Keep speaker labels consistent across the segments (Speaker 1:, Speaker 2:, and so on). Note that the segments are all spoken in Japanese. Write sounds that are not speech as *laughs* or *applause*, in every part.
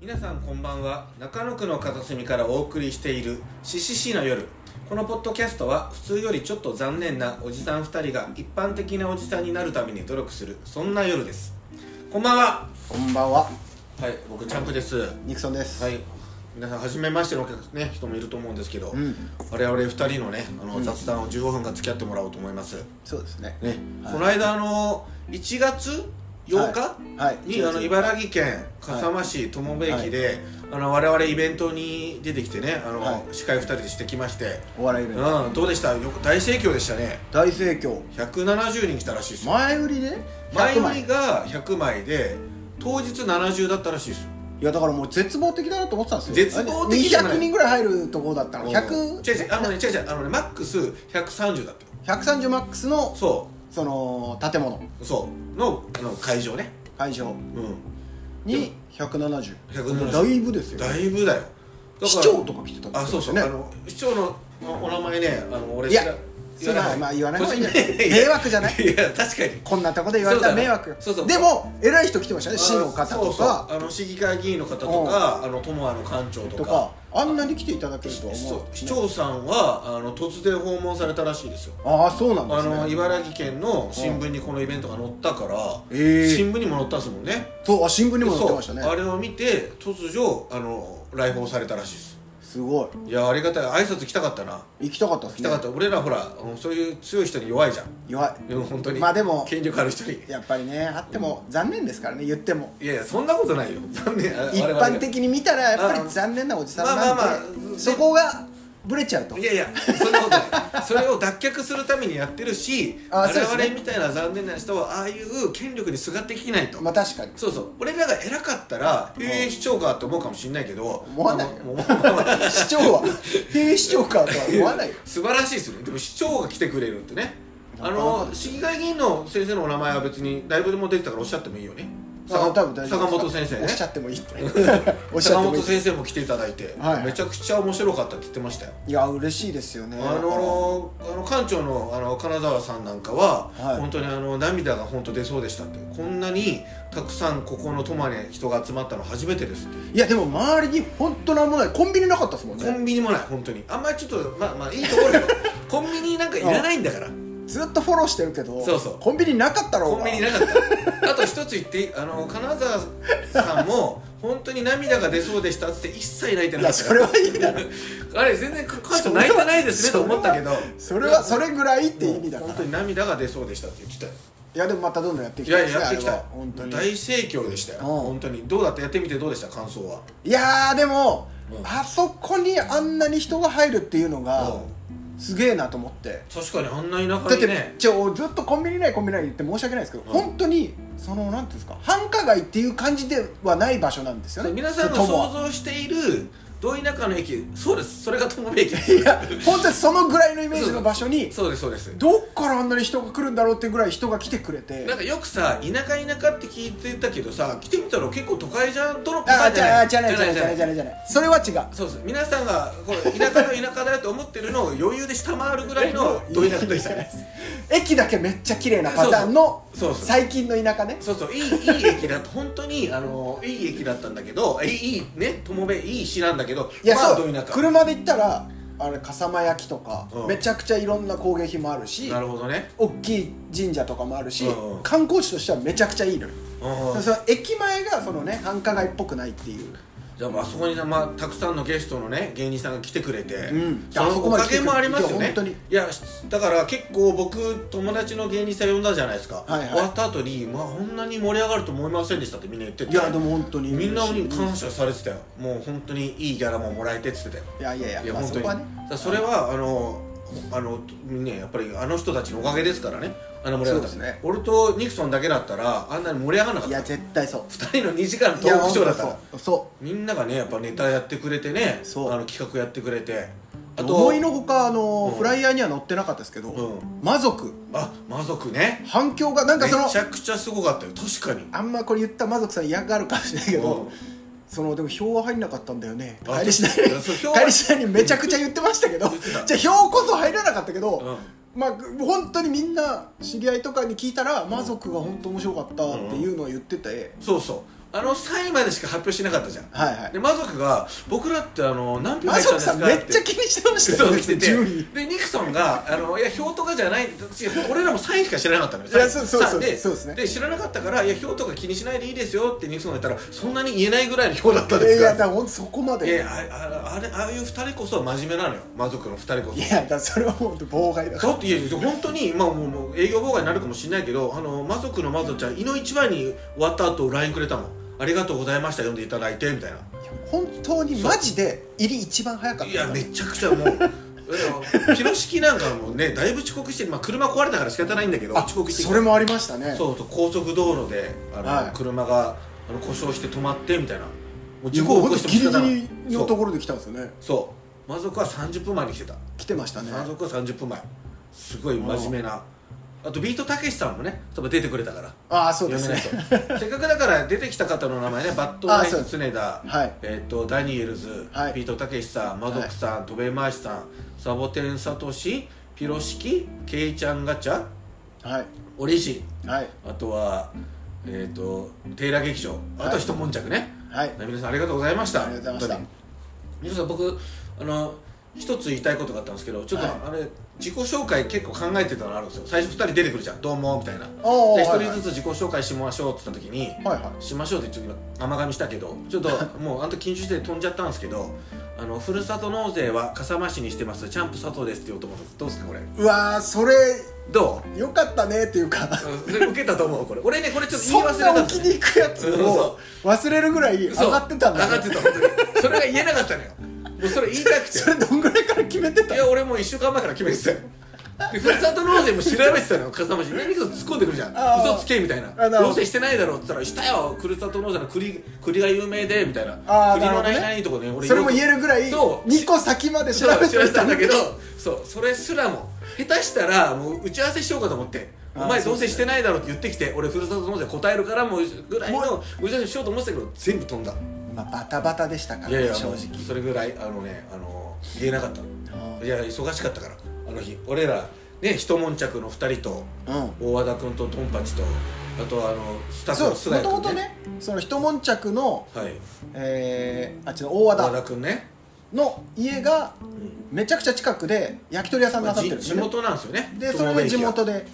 Speaker 1: 皆さんこんばんは中野区の片隅からお送りしている「シシシの夜」このポッドキャストは普通よりちょっと残念なおじさん2人が一般的なおじさんになるために努力するそんな夜ですこんばんは
Speaker 2: こんばんは、
Speaker 1: はい僕チャンプですは
Speaker 2: ニクソンです。
Speaker 1: い皆さん初めましてのお客、ね、人もいると思うんですけど、
Speaker 2: うん、
Speaker 1: 我々2人のねあの
Speaker 2: うん
Speaker 1: 雑談を15分間付き合ってもらおうと思います、
Speaker 2: そうですね。
Speaker 1: ね
Speaker 2: はい
Speaker 1: この間あの1月8日、
Speaker 2: はい。
Speaker 1: にあの茨城県笠間市友部駅で、あの我々イベントに出てきてねあの、
Speaker 2: はい
Speaker 1: 司会2人でしてきまして、
Speaker 2: お笑いイベント。
Speaker 1: うん、どうでしたよ大盛況でしたね
Speaker 2: 大盛況。
Speaker 1: 170人来たらしいですよ
Speaker 2: 前売りで
Speaker 1: 前
Speaker 2: 100
Speaker 1: 売
Speaker 2: 枚。
Speaker 1: り
Speaker 2: い
Speaker 1: が100枚で当日70だったらしいですよ
Speaker 2: や、だからもう絶望的だなと思ってたんですよ。
Speaker 1: 絶望的じゃない
Speaker 2: 200人ぐらい入るところだったの。
Speaker 1: うん違う違う
Speaker 2: 100、
Speaker 1: あのね違う違うあのねマックス130だったよ
Speaker 2: 130マックスの、
Speaker 1: そ
Speaker 2: その、建物、
Speaker 1: うそうのあの会場ね
Speaker 2: 会場
Speaker 1: うん
Speaker 2: に170。
Speaker 1: 170
Speaker 2: もうだいぶですよ。
Speaker 1: だいぶだよだ
Speaker 2: 市長とか来てたんですよ
Speaker 1: あそうそう、
Speaker 2: ね
Speaker 1: あ。の市長のおお名前ねあの俺
Speaker 2: いや
Speaker 1: 知ら
Speaker 2: それはまあ言わない方がいいんじゃない
Speaker 1: やや
Speaker 2: *laughs* 迷惑じゃない
Speaker 1: いや確かに
Speaker 2: こんなとこで言われたら迷惑よ
Speaker 1: そうだねそうそう
Speaker 2: でも偉い人来てましたね市の
Speaker 1: あ
Speaker 2: 方
Speaker 1: そ
Speaker 2: と
Speaker 1: うそう
Speaker 2: か
Speaker 1: あの市議会議員の方とかあの友和の館長と
Speaker 2: と
Speaker 1: か
Speaker 2: かあんなに来ていただけるとは
Speaker 1: 市
Speaker 2: 思う、
Speaker 1: 長市長さんはあの突然訪問されたらしいですよ
Speaker 2: ああそうなんで
Speaker 1: あ
Speaker 2: すね
Speaker 1: の茨城県の新聞にこのイベントが載ったから、
Speaker 2: ええ
Speaker 1: 新聞にも載ったんですもんね
Speaker 2: そうあ新聞にも載って
Speaker 1: そう
Speaker 2: ましたね
Speaker 1: あれを見て突如あの来訪されたらしいです
Speaker 2: すご
Speaker 1: いやありがたい挨拶来たかったな
Speaker 2: 行きたかったです
Speaker 1: 来た
Speaker 2: ね
Speaker 1: かった、俺らほらあのそういう強い人に弱いじゃん
Speaker 2: 弱
Speaker 1: でも本当に
Speaker 2: まあでも
Speaker 1: 権力ある人に
Speaker 2: いやっぱりねあっても残念ですからね言っても
Speaker 1: いやいやそんなことないよ残念あ
Speaker 2: 一
Speaker 1: 我々が
Speaker 2: 般的に見たらやっぱ
Speaker 1: あ
Speaker 2: り残念なおじさんなんで、
Speaker 1: まあまあまあ
Speaker 2: そこがブレちゃうと
Speaker 1: いやいやそんなことないそれを脱却するためにやってるし
Speaker 2: あ
Speaker 1: 我
Speaker 2: そうですね
Speaker 1: 々みたいな残念な人はああいう権力にすがっていきないと、
Speaker 2: まあ確かに
Speaker 1: そうそう俺らが偉かったら「ええ市長か」って思うかもしれないけど
Speaker 2: 思わない
Speaker 1: あのもう思わない
Speaker 2: 市長
Speaker 1: *laughs*
Speaker 2: はへえ市長かとは思わないよ
Speaker 1: 素晴らしいですねでも市長が来てくれるってねあ
Speaker 2: なかな
Speaker 1: の
Speaker 2: か
Speaker 1: 市議会議員の先生のお名前は別にだいぶでも出てたからおっしゃってもいいよね
Speaker 2: あ多分大丈
Speaker 1: *laughs* 坂
Speaker 2: 夫
Speaker 1: 本先生
Speaker 2: おっ
Speaker 1: ね
Speaker 2: しゃって
Speaker 1: *laughs*
Speaker 2: もいいっておっしゃ
Speaker 1: 坂
Speaker 2: っても
Speaker 1: 本
Speaker 2: いい
Speaker 1: 先生も来ていただいて、
Speaker 2: はい
Speaker 1: めちゃくちゃ面白かったって言ってましたよ
Speaker 2: いや嬉しいですよね
Speaker 1: あのー、あの館長のあの金沢さんなんかは、
Speaker 2: はい
Speaker 1: 本当にあの涙が本当出そうでしたってこんなにたくさんここのトマに人が集まったの初めてですって
Speaker 2: いやでも周りに本当なんもないコンビニなかったですもん
Speaker 1: コ
Speaker 2: ね
Speaker 1: ンビニもない本当にあんまりちょっとまあまあいいところよコンビニなんかいらないんだから
Speaker 2: ずっとフォローしてるけど
Speaker 1: そうそう
Speaker 2: コンビニなかったろうが
Speaker 1: コンビニなかったあと一つ言っていいあの金沢さんも本当に涙が出そうでしたっつって一切泣いてないか
Speaker 2: や
Speaker 1: った
Speaker 2: それはいいだろ
Speaker 1: あれ全然館長泣いてないですねと思ったけど
Speaker 2: それはそれぐらいって意味だから
Speaker 1: 本当に涙が出そうでしたって言ってたよ
Speaker 2: いやでもまたどんどんやってい
Speaker 1: い
Speaker 2: きたい
Speaker 1: や
Speaker 2: で
Speaker 1: い
Speaker 2: す
Speaker 1: や
Speaker 2: ね
Speaker 1: やっていきた
Speaker 2: あれ
Speaker 1: い
Speaker 2: は本当に
Speaker 1: 大盛況でしたよ
Speaker 2: うん
Speaker 1: 本当にどうだったやってみてどうでした感想はい
Speaker 2: やーでも、
Speaker 1: うん
Speaker 2: あそこにあんなに人が入るっていうのが、
Speaker 1: う
Speaker 2: すげえなと思って
Speaker 1: ん確かにあんな田
Speaker 2: だ
Speaker 1: 舎
Speaker 2: っ
Speaker 1: に
Speaker 2: てね
Speaker 1: ね
Speaker 2: ちょずっとコンビニないコンビニない言って申し訳ないですけど、
Speaker 1: うん
Speaker 2: 本当にそのなんていうんですか繁華街っていう感じではない場所なんですよね
Speaker 1: 皆さんが
Speaker 2: 友
Speaker 1: 想
Speaker 2: は
Speaker 1: 像しているど田舎の駅そうですそれが友部 *laughs* 駅
Speaker 2: いや本当にそのぐらいのイメージの場所に
Speaker 1: そうですそうです
Speaker 2: どっからあんなに人が来るんだろうってぐらい人が来てくれて
Speaker 1: なんかよくさ田舎田舎って聞いてたけどさ来てみたら結構都会じゃんとの都
Speaker 2: あ
Speaker 1: 会
Speaker 2: じゃあじゃない
Speaker 1: じ
Speaker 2: じ
Speaker 1: ゃな
Speaker 2: ゃないい
Speaker 1: じ
Speaker 2: じ
Speaker 1: ゃな
Speaker 2: ゃない
Speaker 1: じ
Speaker 2: いじ
Speaker 1: ゃない
Speaker 2: ゃないじゃないそれは違う
Speaker 1: そうです皆さんがこれ田舎の田舎だと思ってるのを余裕で下回るぐらい *laughs* のど田舎でしたね
Speaker 2: 駅だけめっちゃ綺麗なパターンの
Speaker 1: そうそうそうそう
Speaker 2: 最近の田舎ね
Speaker 1: そうそういいいい駅だった本当にあのいい駅だったんだけどいいいいね友部いい市なんだけど
Speaker 2: いや
Speaker 1: まあ
Speaker 2: そ
Speaker 1: ど
Speaker 2: う
Speaker 1: 田舎
Speaker 2: 車で行ったらあれ笠間焼とか
Speaker 1: うん
Speaker 2: めちゃくちゃいろんな工芸品もあるし
Speaker 1: なるほどね
Speaker 2: 大きい神社とかもあるし
Speaker 1: うん
Speaker 2: 観光地としてはめちゃくちゃいいのよ
Speaker 1: うん
Speaker 2: その駅前がそのね繁華街っぽくないっていう
Speaker 1: じゃあまあそこにさ、まあ、たくさんのゲストのね芸人さんが来てくれて、
Speaker 2: ん
Speaker 1: そ
Speaker 2: あ
Speaker 1: の
Speaker 2: そ
Speaker 1: お
Speaker 2: こまで
Speaker 1: か
Speaker 2: 来て
Speaker 1: げ
Speaker 2: くれて
Speaker 1: もありますよ
Speaker 2: い
Speaker 1: ね
Speaker 2: や本当に
Speaker 1: やしだから結構僕友達の芸人さん呼んだじゃないですか、
Speaker 2: はいはい
Speaker 1: 終わった後にまあこんなに盛り上がると思いませんでしたってみんな言ってて
Speaker 2: いやでも本当に
Speaker 1: みんなに感謝されてたよもう本当にいいギャラももらえてっつってたよ
Speaker 2: いやいやいや
Speaker 1: いや
Speaker 2: まあ
Speaker 1: 本当
Speaker 2: そ
Speaker 1: に
Speaker 2: こはね
Speaker 1: だからそれはあのあのねやっぱりあの人たちのおかげですからねあの盛り上がった
Speaker 2: そうですね
Speaker 1: 俺とニクソンだけだったらあんなに盛り上がらなかっ
Speaker 2: い
Speaker 1: た
Speaker 2: や絶対そう
Speaker 1: 2人の2時間のト
Speaker 2: いや
Speaker 1: ークショーだったら
Speaker 2: 本当にそう
Speaker 1: みんながねやっぱネタやってくれてね
Speaker 2: そう
Speaker 1: あの企画やってくれてあ
Speaker 2: そう
Speaker 1: と
Speaker 2: 思いのほかあの
Speaker 1: うん
Speaker 2: フライヤーには載ってなかったですけど
Speaker 1: う
Speaker 2: 魔族
Speaker 1: あ魔族ね
Speaker 2: 反響がなんかその
Speaker 1: めちゃくちゃすごかったよ確かに
Speaker 2: あんまこれ言った魔族さん嫌がるかもしれないけ
Speaker 1: う
Speaker 2: ど
Speaker 1: ん
Speaker 2: そのでも票は入んなかったんだよね
Speaker 1: あ
Speaker 2: 帰り次第
Speaker 1: いやそう票は
Speaker 2: 帰り次第にめちゃくちゃ言ってましたけど
Speaker 1: 言ってた
Speaker 2: じゃあ票こそ入らなかったけど、
Speaker 1: うん
Speaker 2: まあ本当にみんな知り合いとかに聞いたら魔族が本当面白かったっていうのは言ってて、
Speaker 1: そうそうあの3位までしか発表してなかったじゃん
Speaker 2: はいはい
Speaker 1: で魔族が僕らってあの何票
Speaker 2: マ
Speaker 1: 入ったんで
Speaker 2: ソク
Speaker 1: す
Speaker 2: さ
Speaker 1: か
Speaker 2: んめっちゃ
Speaker 1: て
Speaker 2: 気にしてまし
Speaker 1: そ
Speaker 2: たよ
Speaker 1: う
Speaker 2: ね
Speaker 1: 来
Speaker 2: *laughs*
Speaker 1: てて
Speaker 2: 順位
Speaker 1: でニクソンがあのいや票とかじゃない私俺らも3位しか知らなかったのよ
Speaker 2: いやそうそう
Speaker 1: さ
Speaker 2: そう
Speaker 1: で
Speaker 2: そうですね
Speaker 1: で知らなかったからいや票とか気にしないでいいですよってニクソンが言ったらそんなに言えないぐらいの票だったんで
Speaker 2: い
Speaker 1: す
Speaker 2: やだ
Speaker 1: よ
Speaker 2: からほんとそこまで
Speaker 1: いやいやあああれああいう2人こそ真面目なのよ魔族の2人こそ
Speaker 2: いやだからそれは本当妨害だ
Speaker 1: だっていや本当にまあもうもう営業妨害になるかもしれないけどあの魔族の魔族ちゃん胃の一番に終わった後 LINE くれたもんありがとうございました読んでいただいてみたいな
Speaker 2: 本当にマジで入り一番早かった
Speaker 1: いやめちゃくちゃもう *laughs* いやピロシキなんかもねだいぶ遅刻して、まあ、車壊れたから仕方ないんだけど
Speaker 2: あ
Speaker 1: 遅刻してき
Speaker 2: そ
Speaker 1: た
Speaker 2: れもありましたね
Speaker 1: そうそう高速道路であの、
Speaker 2: はい
Speaker 1: 車があの故障して止まってみたいなもう
Speaker 2: いや
Speaker 1: 事故
Speaker 2: も
Speaker 1: を起
Speaker 2: うほん
Speaker 1: ことしても
Speaker 2: ギリ
Speaker 1: ない
Speaker 2: ギリのところで来たんですよね
Speaker 1: そう魔族は30分前に来てた
Speaker 2: 来てましたね
Speaker 1: 山賊は30分前すごい真面目なあとビートたけしさんもね多分出てくれたから
Speaker 2: ああそうですね
Speaker 1: 有名な人せっかくだから出てきた方の名前ねバットナイ
Speaker 2: *laughs* あそうで
Speaker 1: ス
Speaker 2: す
Speaker 1: 常田、
Speaker 2: はい
Speaker 1: えっとダニエルズ、
Speaker 2: はい
Speaker 1: ビートたけしさん魔族さん戸辺真史さんサボテンサトシピロシキケイちゃんガチャ
Speaker 2: はい
Speaker 1: オリジン
Speaker 2: はい
Speaker 1: あとはえっ、とテイラ劇場あと一悶着ね、
Speaker 2: はい
Speaker 1: ね皆さんありがとうございました
Speaker 2: ありがとうございました
Speaker 1: 本当に皆さん僕あの一つ言いたいことがあったんですけどちょっと、
Speaker 2: はい
Speaker 1: あれ自己紹介結構考えてたのあるんですよ最初二人出てくるじゃん「どうも」みたいなで
Speaker 2: おー
Speaker 1: 一
Speaker 2: はいはい
Speaker 1: 人ずつ自己紹介しましょうって言った時に「
Speaker 2: はいは
Speaker 1: しましょう」ってちょっと今甘噛みしたけどちょっ *laughs* ともうあんた緊張して飛んじゃったんですけどあのふるさと納税は笠間市にしてますチャンプ佐藤ですって言おうと思ったんですどうですかこれ
Speaker 2: いうわーそれ
Speaker 1: ど
Speaker 2: よかったねっていうか
Speaker 1: うそれ受けたと思うこれ俺ねこれちょっと言
Speaker 2: そ
Speaker 1: い忘れ
Speaker 2: ん
Speaker 1: た
Speaker 2: な
Speaker 1: で
Speaker 2: 置
Speaker 1: す
Speaker 2: きに行くやつ
Speaker 1: うんそ
Speaker 2: を忘れるぐらい上
Speaker 1: そう
Speaker 2: がってたんだ
Speaker 1: 上がってた本当にそれが言えなかったのよもうそれ言いたくて
Speaker 2: それどんぐらいから決めて
Speaker 1: *laughs*
Speaker 2: た
Speaker 1: いや俺もう1週間前から決めてたよでふるさと納税も調べてたのよ笠間市何か突っ込んでくるじゃ
Speaker 2: あ
Speaker 1: ん
Speaker 2: あ
Speaker 1: 嘘つけみたいな
Speaker 2: あなるほど
Speaker 1: 納税してないだろうって言ったら「したよふるさと納税の栗栗が有名で」みたいな
Speaker 2: ああ
Speaker 1: 栗の
Speaker 2: なるほどね
Speaker 1: 何々とこね俺
Speaker 2: それも言えるぐらい
Speaker 1: そう
Speaker 2: 2個先まで調
Speaker 1: 調
Speaker 2: べ
Speaker 1: べ
Speaker 2: て
Speaker 1: て
Speaker 2: た
Speaker 1: たん
Speaker 2: んだ
Speaker 1: だ
Speaker 2: け
Speaker 1: け
Speaker 2: ど
Speaker 1: どそうそれすらも下手したらもう打ち合わせしようかと思って「
Speaker 2: ああ
Speaker 1: お前
Speaker 2: そ
Speaker 1: ど
Speaker 2: う
Speaker 1: うせしてないだろ」って言ってきて俺ふるさと納税答えるからもうぐらいの打ち合わせしようと思ってたけど全部飛んだ
Speaker 2: まあバタバタでしたから
Speaker 1: いやい
Speaker 2: ね
Speaker 1: や
Speaker 2: 正
Speaker 1: もう
Speaker 2: 直
Speaker 1: それぐらいあのねあの言えなかった
Speaker 2: あ
Speaker 1: いや忙しかったからあの日俺らね一悶着の2人と
Speaker 2: うん
Speaker 1: 大和田君とトンパチとあとはあのスタッフ
Speaker 2: そう
Speaker 1: の
Speaker 2: も
Speaker 1: 菅
Speaker 2: と
Speaker 1: 谷
Speaker 2: もと
Speaker 1: 君、
Speaker 2: ねその一悶着の、
Speaker 1: はい
Speaker 2: えー、あっちの大和
Speaker 1: 大和田
Speaker 2: 田
Speaker 1: 君ね、
Speaker 2: の家が
Speaker 1: うん
Speaker 2: めちゃくちゃ近くで焼き鳥屋さんなさってるん
Speaker 1: じ
Speaker 2: で
Speaker 1: 地
Speaker 2: すよね
Speaker 1: 元なんですよね
Speaker 2: でそれで地
Speaker 1: 友部
Speaker 2: 元で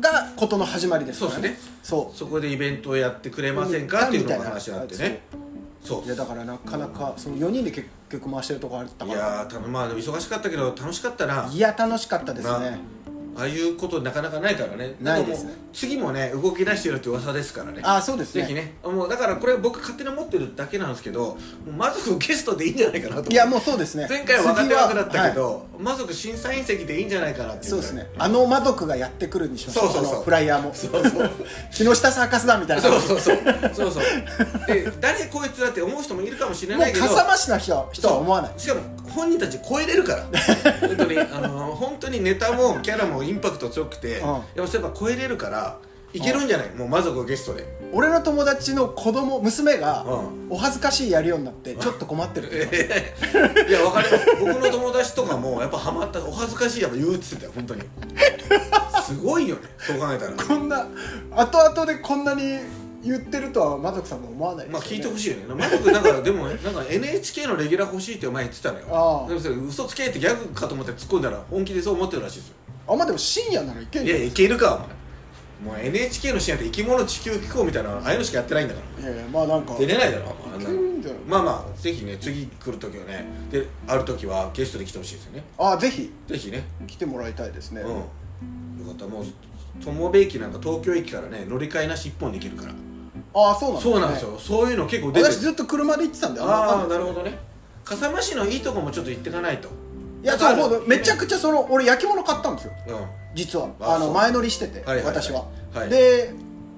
Speaker 2: がことの始まりですから
Speaker 1: そう
Speaker 2: ね
Speaker 1: です
Speaker 2: そ
Speaker 1: 駅はそこでイベントをやってくれませんかっていうのが話になってねそう
Speaker 2: いやだからなかなかその4人で結局回してるとこあった
Speaker 1: い
Speaker 2: から
Speaker 1: やーたのまあでも忙しかったけど楽しかったない
Speaker 2: や楽しかったです
Speaker 1: な
Speaker 2: ね
Speaker 1: ああいうことなかなかないからね
Speaker 2: ないですね
Speaker 1: ももう次もね動き出してるって噂ですからね
Speaker 2: あそうですね
Speaker 1: ぜひねもうだからこれ僕勝手に持ってるだけなんですけどもう魔族ゲストでいいんじゃないかなと
Speaker 2: いやもうそうですね
Speaker 1: 前回は若手枠だったけ
Speaker 2: 次はは
Speaker 1: ど、魔族審査員席でいいんじゃないかなっ
Speaker 2: い
Speaker 1: てい
Speaker 2: そうですね
Speaker 1: あ
Speaker 2: あの魔族がやってくるにしましょう
Speaker 1: そうそうそう
Speaker 2: あのフライヤーも
Speaker 1: そうそう
Speaker 2: 木下サーカス団みたいな
Speaker 1: そうそうそうそうそうで誰こいつだって思う人もいるかもしれ
Speaker 2: も
Speaker 1: な
Speaker 2: う
Speaker 1: いけど
Speaker 2: 笠間市の人は人は思わない
Speaker 1: しかも本人たち超えれるから本当にあの本当にネタもキャラもインパクト強くて、
Speaker 2: ん
Speaker 1: やっぱそういえば超えれるからいけるんじゃない、もう魔族をゲストで *laughs*
Speaker 2: 俺の友達の子供娘が
Speaker 1: うん
Speaker 2: お恥ずかしいやるようになってちょっと困ってるって言って
Speaker 1: いや分かります僕の友達とかもやっぱハマったお恥ずかしいやっぱ言うっつってたよ本当にすごいよねそう考えたら
Speaker 2: こんな後々でこんなに言ってるとは魔族さんも思わない
Speaker 1: まあ聞いてほ
Speaker 2: しい
Speaker 1: しいよねマジックだからでもなんか NHK のレギュラー欲しいってお前言ってたのよ
Speaker 2: ああ
Speaker 1: でもそれ嘘つけってギャグかと思って突っ込んだら本気でそう思ってるらしいですよ
Speaker 2: あまあでも深夜ならいけん
Speaker 1: い
Speaker 2: じゃ
Speaker 1: や
Speaker 2: んい
Speaker 1: いけるかお前もう NHK の深夜って生き物地球機構みたいなああいうのしかやってないんだから
Speaker 2: やいやまあなんか
Speaker 1: 出れないだろお前あん
Speaker 2: い
Speaker 1: な
Speaker 2: け
Speaker 1: の
Speaker 2: るんじゃない
Speaker 1: まあまあぜひね次来る時はねである時はゲストで来てほしいですよね
Speaker 2: あぜひ
Speaker 1: ぜひね
Speaker 2: 来てもらいたいですね、
Speaker 1: うんよかったもう友部駅なんか東京駅からね乗り換えなし一本で行けるから
Speaker 2: ああそうなんです、ね、
Speaker 1: そうなんですよそういうの結構出て
Speaker 2: 私
Speaker 1: る
Speaker 2: ずっと車で行ってたんであんま分かん
Speaker 1: あ
Speaker 2: な
Speaker 1: あ
Speaker 2: い
Speaker 1: なるほどね笠間市のいいとこもちょっと行ってかないと
Speaker 2: いや
Speaker 1: だから
Speaker 2: そうそうめちゃくちゃその俺焼き物買ったんですよ
Speaker 1: うん
Speaker 2: 実は
Speaker 1: あ
Speaker 2: あの
Speaker 1: そう
Speaker 2: 前乗りしてて、
Speaker 1: はいはいはい
Speaker 2: 私は、
Speaker 1: はい
Speaker 2: で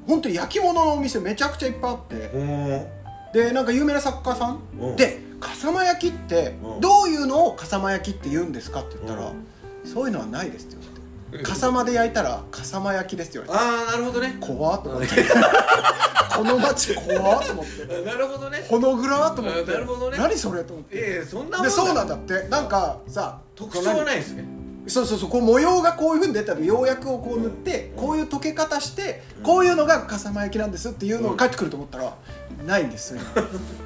Speaker 2: 本当に焼き物のお店めちゃくちゃいっぱいあって
Speaker 1: おー
Speaker 2: でなんか有名な作家さん、
Speaker 1: うん
Speaker 2: で笠間焼きって
Speaker 1: うん
Speaker 2: どういうのを笠間焼きって言うんですかって言ったら、
Speaker 1: う
Speaker 2: そういうのはないですって言われて笠間で焼いたら笠間焼きですって言われて
Speaker 1: ああなるほどね
Speaker 2: 怖っと思ってこの街怖っと思って
Speaker 1: なるほどね
Speaker 2: ほのぐらと思って
Speaker 1: あなるほどね
Speaker 2: 何それと思って
Speaker 1: ええそんなもん
Speaker 2: でそうなん
Speaker 1: だ
Speaker 2: だってなんかさ
Speaker 1: 特徴はないですね
Speaker 2: そうそうそうこう模様がこういうふうに出たらようやくをこう塗ってこういう溶け方して
Speaker 1: うん
Speaker 2: こういうのが笠間焼きなんですっていうのが返ってくると思ったらないんですよ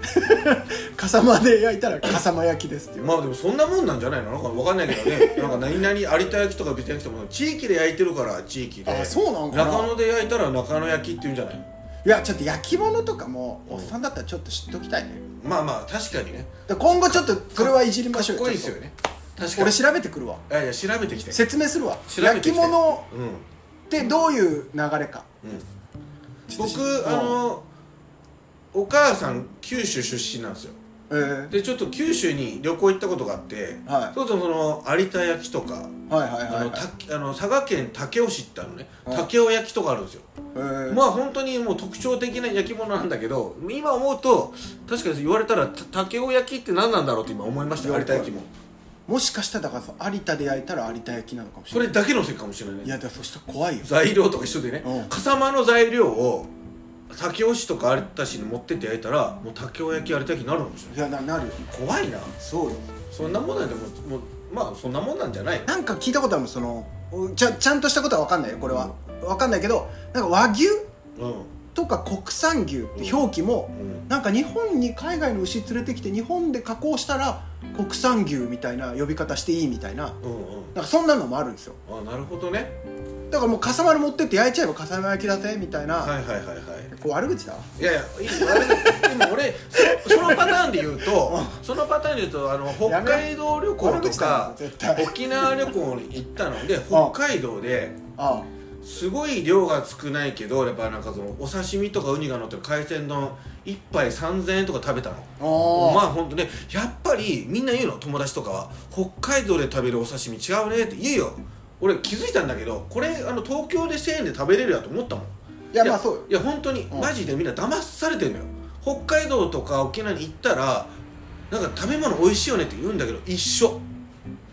Speaker 2: *laughs* 笠間で焼いたら笠間焼きですっていう
Speaker 1: まあでもそんなもんなんじゃないのなんかわかんないけど
Speaker 2: *laughs*
Speaker 1: ねなんか何々有田焼きとか別焼きとか地域で焼いてるから地域で
Speaker 2: あそうなんかな
Speaker 1: 中野で焼いたら中野焼きって言うんじゃない
Speaker 2: いやちょっと焼き物とかも
Speaker 1: うん
Speaker 2: おっさんだったらちょっと知っておきたいね
Speaker 1: まあまあ確かにね
Speaker 2: で今後ちょっとそれはいじり
Speaker 1: か
Speaker 2: ましょ
Speaker 1: っ
Speaker 2: う
Speaker 1: こいいですよ
Speaker 2: ちょっ
Speaker 1: ね
Speaker 2: と
Speaker 1: 確かに
Speaker 2: 俺調べてくるわ
Speaker 1: いやいや調べてきて
Speaker 2: 説明するわ
Speaker 1: 調べて
Speaker 2: 焼
Speaker 1: きて
Speaker 2: き物
Speaker 1: うんうん
Speaker 2: ってどういう流れか
Speaker 1: 僕あのお母さん九州出身なんですよ
Speaker 2: えー
Speaker 1: でちょっと九州に旅行行ったことがあって
Speaker 2: は
Speaker 1: そうそうその有田焼きとか
Speaker 2: いはいはい
Speaker 1: あ
Speaker 2: はい
Speaker 1: の
Speaker 2: は
Speaker 1: た
Speaker 2: い
Speaker 1: あの佐賀県武雄市ってあるのね
Speaker 2: うん
Speaker 1: 武雄焼きとかあるんですよ
Speaker 2: えー
Speaker 1: まあ本当にもう特徴的な焼き物なんだけど今思うと確かに言われたらた竹雄焼きって何なんだろうって今思いました
Speaker 2: いや
Speaker 1: 有田焼きも
Speaker 2: もしかしたらだからさ有田で焼いたら有田焼きなのかもし
Speaker 1: そ
Speaker 2: れな
Speaker 1: れ
Speaker 2: い
Speaker 1: だけのせいかもしれない
Speaker 2: いやだからそしたら怖いよ
Speaker 1: 材料とか一緒でね、
Speaker 2: うん
Speaker 1: 笠間の材料を武雄市とか有田市に持ってって焼いたらもう竹雄焼き有田焼きになるかもしれない
Speaker 2: いやななるよ
Speaker 1: 怖いな
Speaker 2: そうよ
Speaker 1: そんなもんなんでもうもうまあそんなもんなんじゃない
Speaker 2: なんか聞いたことあるもんそのおちゃちゃんとしたことは分かんないよこれは分かんないけどなんか和牛
Speaker 1: うん
Speaker 2: とか国産牛って表記も
Speaker 1: うん
Speaker 2: なんか日本に海外の牛連れてきて日本で加工したら国産牛みたいな呼び方していいみたいな
Speaker 1: うん
Speaker 2: なんかそんなのもあるんですよ
Speaker 1: うんあなるほどね
Speaker 2: だからもう笠丸持ってって焼いちゃえば笠丸焼きだぜみたいな、
Speaker 1: はいはいはいはい
Speaker 2: こう悪口だわ
Speaker 1: いやいやいいあれでも俺そそのパターンで言うとそのパターンで言うとあの北海道旅行
Speaker 2: 悪
Speaker 1: と
Speaker 2: 口だ
Speaker 1: か
Speaker 2: わ絶対
Speaker 1: 沖縄旅行に行ったので北海道で
Speaker 2: あ
Speaker 1: すごい量が少ないけどやっぱなんかそのお刺身とかウニが乗ってる海鮮丼1杯3000円とか食べたの
Speaker 2: あお
Speaker 1: まあ本当ねやっぱりみんな言うの友達とかは北海道で食べるお刺身違うねって言えよ俺気づいたんだけどこれあの東京で1000円で食べれるやと思ったもん
Speaker 2: いやまあそうよ
Speaker 1: いや本当に、
Speaker 2: うん
Speaker 1: マジでみんな騙されてるのよ北海道とか沖縄に行ったらなんか食べ物美味しいよねって言うんだけど一緒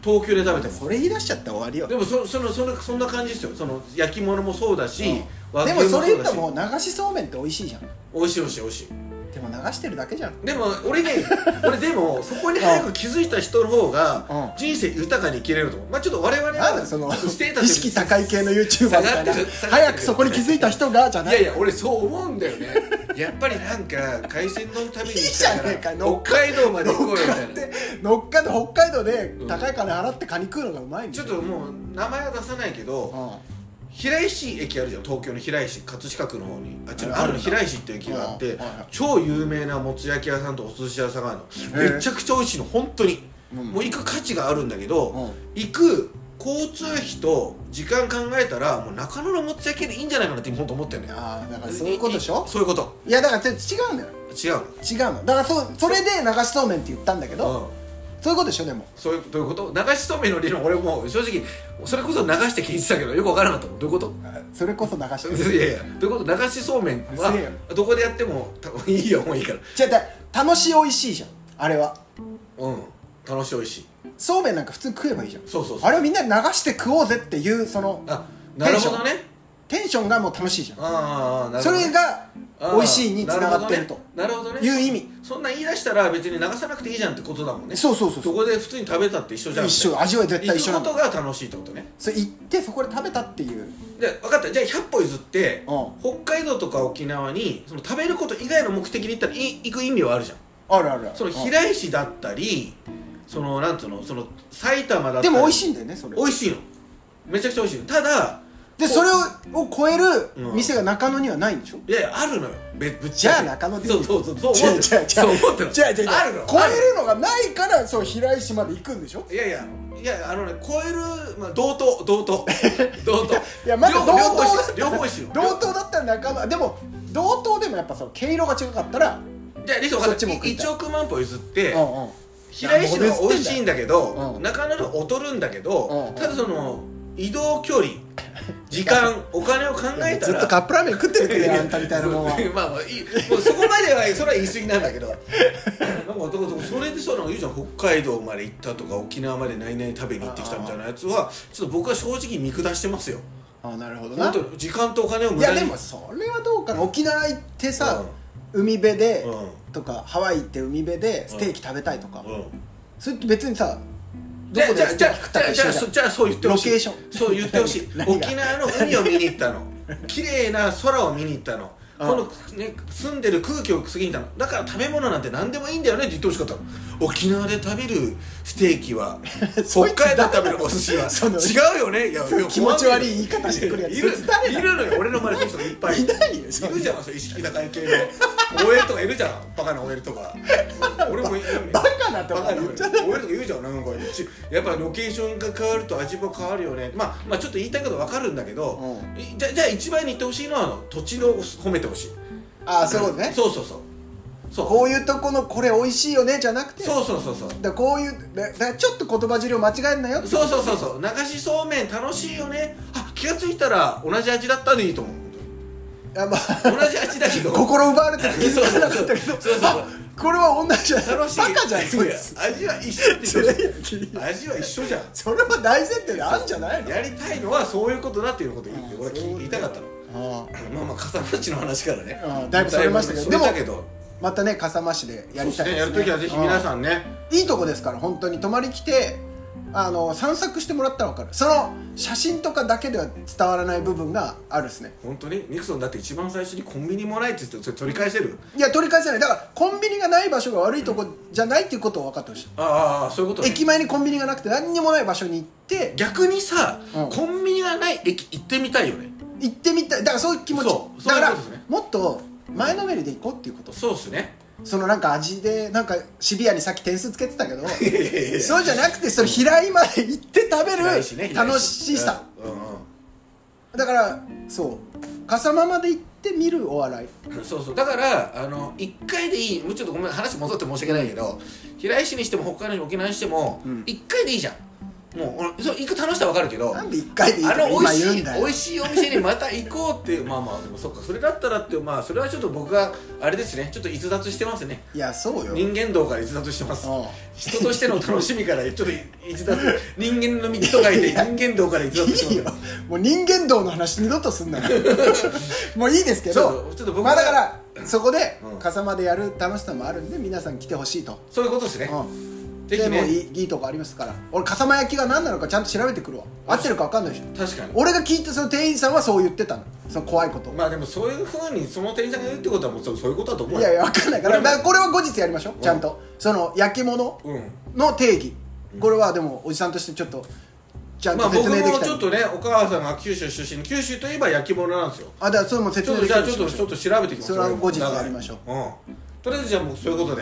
Speaker 1: 東京で食べても
Speaker 2: それ言い出しちゃったら終わりよ
Speaker 1: でもそそのそのそんな感じですよその焼き物もそうだし、
Speaker 2: うん
Speaker 1: 和
Speaker 2: で
Speaker 1: 牛
Speaker 2: もそれ言
Speaker 1: う
Speaker 2: っ
Speaker 1: だ
Speaker 2: た
Speaker 1: し
Speaker 2: らもう流しそうめんって美味しいじゃん
Speaker 1: 美味しい美味しい美味しい
Speaker 2: でも流してるだけじゃん
Speaker 1: でも俺
Speaker 2: *laughs*
Speaker 1: ね俺でもそこに早く気づいた人の方が
Speaker 2: うん
Speaker 1: 人生豊かに生きれると思うまあちょっと我々
Speaker 2: なんだ
Speaker 1: は
Speaker 2: よその
Speaker 1: ステータス
Speaker 2: 意識高い系の YouTuber みた
Speaker 1: 下が
Speaker 2: い
Speaker 1: ってる下が
Speaker 2: な
Speaker 1: ってる
Speaker 2: 早くそこに気づいた人がじゃ
Speaker 1: い
Speaker 2: な
Speaker 1: や
Speaker 2: い
Speaker 1: いや俺そう思うんだよねやっぱりなんか海鮮丼食べに行きたい
Speaker 2: いいじ
Speaker 1: か
Speaker 2: ゃねえ
Speaker 1: ら
Speaker 2: か乗っ
Speaker 1: 北海道まで行こうよみたいな
Speaker 2: 乗っかって北海道で
Speaker 1: ん
Speaker 2: 高い金払ってカニ食うのがうまいんだ
Speaker 1: ちょ
Speaker 2: よ
Speaker 1: っともう名前は出さないけど
Speaker 2: う
Speaker 1: 平石駅あるじゃん東京の平石葛飾区の方にあっちの
Speaker 2: あ
Speaker 1: あ
Speaker 2: るん
Speaker 1: る
Speaker 2: だ
Speaker 1: 平石っていう駅があって
Speaker 2: あはいはい
Speaker 1: 超有名なもつ焼き屋さんとお寿司屋さんがある
Speaker 2: へ
Speaker 1: の
Speaker 2: え
Speaker 1: めちゃくちゃ美味しいの本当に
Speaker 2: うん
Speaker 1: もう行く価値があるんだけ
Speaker 2: んう
Speaker 1: ど
Speaker 2: ん
Speaker 1: 行く交通費と時間考えたらもう中野のもつ焼き屋でいいんじゃないかなって本当思ってるのよ
Speaker 2: ああだからそういうことでしょ
Speaker 1: そういうこと
Speaker 2: いやだからちょっと違うんだよ
Speaker 1: 違うの
Speaker 2: 違うのだからそうそれで流しそうめんって言ったんだけど
Speaker 1: うん
Speaker 2: そういうことでしょでも
Speaker 1: そういうどういうこと流しそうめんの理論俺もう正直それこそ流して聞いてたけどよくわからなかったもんどういうこと
Speaker 2: それこそ流してる
Speaker 1: いやいやどういうこと流しそうめんは
Speaker 2: うるせえ
Speaker 1: どこでやってもたいいよもういいから
Speaker 2: じゃあ楽しい美味しいじゃんあれは
Speaker 1: うん楽しい美味しい
Speaker 2: そうめんなんか普通に食えばいいじゃん
Speaker 1: そうそうそう
Speaker 2: あれをみんなで流して食おうぜっていうその
Speaker 1: あなるほどね
Speaker 2: テンションがもう楽しいじゃん
Speaker 1: ああなる
Speaker 2: そ
Speaker 1: ほど、ね、
Speaker 2: れが美味しいにつながってると
Speaker 1: なるほどね
Speaker 2: いう意味
Speaker 1: そんなん言い出したら別に流さなくていいじゃんってことだもんね
Speaker 2: そうそうそ
Speaker 1: そ
Speaker 2: うそう
Speaker 1: こで普通に食べたって一緒じゃん
Speaker 2: 一緒味わい絶対一緒な
Speaker 1: 行くこ
Speaker 2: の
Speaker 1: とが楽しいってことね
Speaker 2: それ行ってそこで食べたっていう
Speaker 1: で分かったじゃあ100歩譲って
Speaker 2: う
Speaker 1: 北海道とか沖縄にその食べること以外の目的で行ったらい行く意味はあるじゃん
Speaker 2: あるあるある
Speaker 1: その
Speaker 2: うん
Speaker 1: 平井市だったりそのなんつうのその埼玉だったり
Speaker 2: でも美味しいんだよねそれ
Speaker 1: 美味しいのめちゃくちゃ美味しいのただ
Speaker 2: でそれをを超える
Speaker 1: うん
Speaker 2: 店が中野にはないんでしょ
Speaker 1: いやいやあるのよべぶっ
Speaker 2: じゃあ
Speaker 1: な
Speaker 2: 中野でいい
Speaker 1: そう
Speaker 2: よ
Speaker 1: そうそうそう
Speaker 2: 違う
Speaker 1: 思って
Speaker 2: 違う
Speaker 1: る
Speaker 2: 違う
Speaker 1: そう思ってる
Speaker 2: 違う違う違う
Speaker 1: あるの
Speaker 2: 超
Speaker 1: ある
Speaker 2: えるのがないからそう平石まで行くんでしょ
Speaker 1: いやいやいやあのね超えるまあ同等同等
Speaker 2: *laughs*
Speaker 1: 同等
Speaker 2: いやまだ
Speaker 1: 両
Speaker 2: 同等
Speaker 1: 方美
Speaker 2: だ
Speaker 1: 味しい両方美味しいの
Speaker 2: 同等だったら中野でも同等でもやっぱその毛色が違かったら
Speaker 1: じゃあリソ
Speaker 2: そっちも食いたい
Speaker 1: 1億万歩譲って
Speaker 2: うんうん
Speaker 1: 平井市の方が美味しいんだけど、
Speaker 2: うん
Speaker 1: 中野の方が劣るんだけど、
Speaker 2: うん
Speaker 1: ただその移動距離時
Speaker 2: *laughs*
Speaker 1: 間お金を考えた
Speaker 2: ずっ
Speaker 1: ら
Speaker 2: とカップラーメン食ってるけどあんたみたいなもん
Speaker 1: *laughs*
Speaker 2: は
Speaker 1: そうまあまあいいもうそこまではそれは言い過ぎなんだけどなんか男々それでそうなんか言うじゃん北海道まで行ったとか沖縄まで何々食べに行ってきたみたいなやつはちょっと僕は正直見下してますよ
Speaker 2: あなるほど
Speaker 1: 本
Speaker 2: な
Speaker 1: 当に時間とお金を
Speaker 2: い
Speaker 1: 無駄
Speaker 2: や
Speaker 1: に
Speaker 2: でもそれはどうかな沖縄行ってさ、海辺で、
Speaker 1: うん
Speaker 2: とかハワイ行って海辺でステーキ食べたいとか、
Speaker 1: うん
Speaker 2: それって別にさどこで
Speaker 1: じゃあ
Speaker 2: やっ
Speaker 1: じ
Speaker 2: て
Speaker 1: ゃあ
Speaker 2: 聞くたか一
Speaker 1: じゃあじゃ
Speaker 2: 緒
Speaker 1: あそ
Speaker 2: じ
Speaker 1: じゃあそう言ってほしい
Speaker 2: ロケーション
Speaker 1: そう言ってほしい
Speaker 2: *laughs* 何が
Speaker 1: 沖縄の海を見に行
Speaker 2: *laughs*
Speaker 1: ったの綺麗な空を見に行ったのこ
Speaker 2: ああ
Speaker 1: の、ね、住んでる空気をくすぎに行ったのだから食べ物なんて何でもいいんだよねって言ってほしかったの沖縄で食べるステーキは
Speaker 2: *laughs* そい
Speaker 1: 北
Speaker 2: つ
Speaker 1: 海道で食べるお寿司は
Speaker 2: その
Speaker 1: 違うよねいやいや
Speaker 2: 気持ち悪い言い方してくるやつ
Speaker 1: いる
Speaker 2: そいつ誰
Speaker 1: い
Speaker 2: だ
Speaker 1: るのよ俺の周りの人がいっぱい
Speaker 2: いないよそん
Speaker 1: い
Speaker 2: な
Speaker 1: るじゃんそう意識高い系の
Speaker 2: *laughs*
Speaker 1: OL とかいるじゃんバカな OL とか俺もいるよね
Speaker 2: バカなと
Speaker 1: バ
Speaker 2: か
Speaker 1: カな
Speaker 2: 言っ
Speaker 1: OL
Speaker 2: ちゃ
Speaker 1: と
Speaker 2: う
Speaker 1: か言うじゃんなんかちやっぱロケーションが変わると味も変わるよねまあまあちょっと言いたいことわかるんだけど、いじゃじゃあ一番に言ってほしいのはあの土地の褒めてほしい
Speaker 2: ああそういうことね
Speaker 1: そうそうそうそう
Speaker 2: こういうとこのこれ美味しいよねじゃなくて
Speaker 1: そうそうそうそう
Speaker 2: だからこういうだだからちょっと言葉尻を間違えんなよって
Speaker 1: そうそうそうそう流しそうめん楽しいよねあ気が付いたら同じ味だったでいいと思う
Speaker 2: あま
Speaker 1: 同
Speaker 2: あ
Speaker 1: じ味だけ
Speaker 2: *laughs*
Speaker 1: ど
Speaker 2: 心奪われて気づかなかったけど
Speaker 1: そうそうそう
Speaker 2: あこれは同じじゃない
Speaker 1: 楽しい
Speaker 2: バカじゃんそいつ
Speaker 1: や味は一緒って
Speaker 2: そ
Speaker 1: 言
Speaker 2: れ
Speaker 1: ってほしい味は一緒じゃん
Speaker 2: それは大前提であるんじゃないの
Speaker 1: やりたいのはそういうことだっていうことを言って
Speaker 2: うん
Speaker 1: 俺は
Speaker 2: そう
Speaker 1: 聞言いたかったの
Speaker 2: ああ
Speaker 1: まあまあ笠間市の話からね
Speaker 2: うんだいぶそれましたけど
Speaker 1: だいぶそれ
Speaker 2: でまたね笠間市でやりたい
Speaker 1: そうですねやるときはぜひ皆
Speaker 2: ん
Speaker 1: さんね
Speaker 2: いいとこですから本当に泊まり来てあの散策してもらったら分かるその写真とかだけでは伝わらない部分があるですね
Speaker 1: 本当にニクソンだって一番最初にコンビニもないって言ってそれ取り返せる
Speaker 2: いや取り返せないだからコンビニがない場所が悪いとこじゃないっていうことを分かってほしい
Speaker 1: ああそういうことね
Speaker 2: 駅前にコンビニがなくて何にもない場所に行って
Speaker 1: 逆にさ
Speaker 2: うん
Speaker 1: コンビニがない駅行ってみたいよね
Speaker 2: 行ってみたいだからそういう気持ち
Speaker 1: そう
Speaker 2: だから
Speaker 1: そういうことですね
Speaker 2: もっと前のめりで行こうっていうこと
Speaker 1: そうっすね
Speaker 2: そのなんか味でなんかシビアにさっき点数つけてたけど
Speaker 1: いやいやいや
Speaker 2: そうじゃなくてその平井まで行って
Speaker 1: ないし
Speaker 2: 食べ
Speaker 1: ね
Speaker 2: る楽しさ
Speaker 1: うんうんうん
Speaker 2: だからそう笠間まで行って見るお笑い
Speaker 1: そうそうだからあの1回でいいもうちょっとごめん話戻って申し訳ないけど平井市にしても北海道にも沖縄にしても、
Speaker 2: うん
Speaker 1: 一1回でいいじゃんもう俺そう行く楽しさわかるけど
Speaker 2: なんで一回でいいと
Speaker 1: あ
Speaker 2: か
Speaker 1: の美
Speaker 2: 今
Speaker 1: 味
Speaker 2: 言う
Speaker 1: しい
Speaker 2: んだよ
Speaker 1: 美味しいお店にまた行こうっていう *laughs* まあまあでもそっかそれだったらってまあそれはちょっと僕があれですねちょっと逸脱してますね
Speaker 2: いやそうよ
Speaker 1: 人間道から逸脱してます
Speaker 2: うん
Speaker 1: 人としての楽しみからちょっと逸脱人間の道と書い
Speaker 2: *laughs*
Speaker 1: て人間道から逸脱してま
Speaker 2: いい
Speaker 1: す
Speaker 2: よもう人間道の話二度とすんなよ
Speaker 1: *laughs*
Speaker 2: もういいですけ
Speaker 1: ちょっ
Speaker 2: ど
Speaker 1: とちょっと僕
Speaker 2: ま
Speaker 1: が
Speaker 2: あだからそこで
Speaker 1: うん
Speaker 2: 笠間でやる楽しさもあるんで皆さん来てほしいと、
Speaker 1: そういうことですね、
Speaker 2: うん、
Speaker 1: ぜひ
Speaker 2: でもう
Speaker 1: ね
Speaker 2: いいいいとこありますから俺笠間焼きが何なのかちゃんと調べてくるわ合ってるか分かんないでしょ
Speaker 1: 確かに
Speaker 2: 俺が聞いてその店員さんはそう言ってたのその怖いこと、
Speaker 1: まあでもそういうふうにその店員さんが言うってことはもうそうそういうことだと思うよ
Speaker 2: いやいや分かんないから
Speaker 1: 俺も
Speaker 2: だからこれは後日やりましょう、
Speaker 1: ん
Speaker 2: ちゃんとその焼き物
Speaker 1: うん
Speaker 2: の定義これはでもおじさんとしてちょっとちゃん
Speaker 1: まあ
Speaker 2: と説
Speaker 1: 僕
Speaker 2: 明でき
Speaker 1: も
Speaker 2: た
Speaker 1: ちょっ
Speaker 2: り
Speaker 1: とねお母さんが九州出身九州といえば焼き物なんですよ
Speaker 2: あだからそれも説
Speaker 1: ちょっと
Speaker 2: 明でき
Speaker 1: じゃ
Speaker 2: た
Speaker 1: あ
Speaker 2: り
Speaker 1: ちょっ
Speaker 2: しま
Speaker 1: と
Speaker 2: し
Speaker 1: ち
Speaker 2: ょ
Speaker 1: ょ
Speaker 2: う
Speaker 1: っと調べてきます
Speaker 2: それは後日やりましょ
Speaker 1: う、うん、とりあえずじゃあもうそういうことで、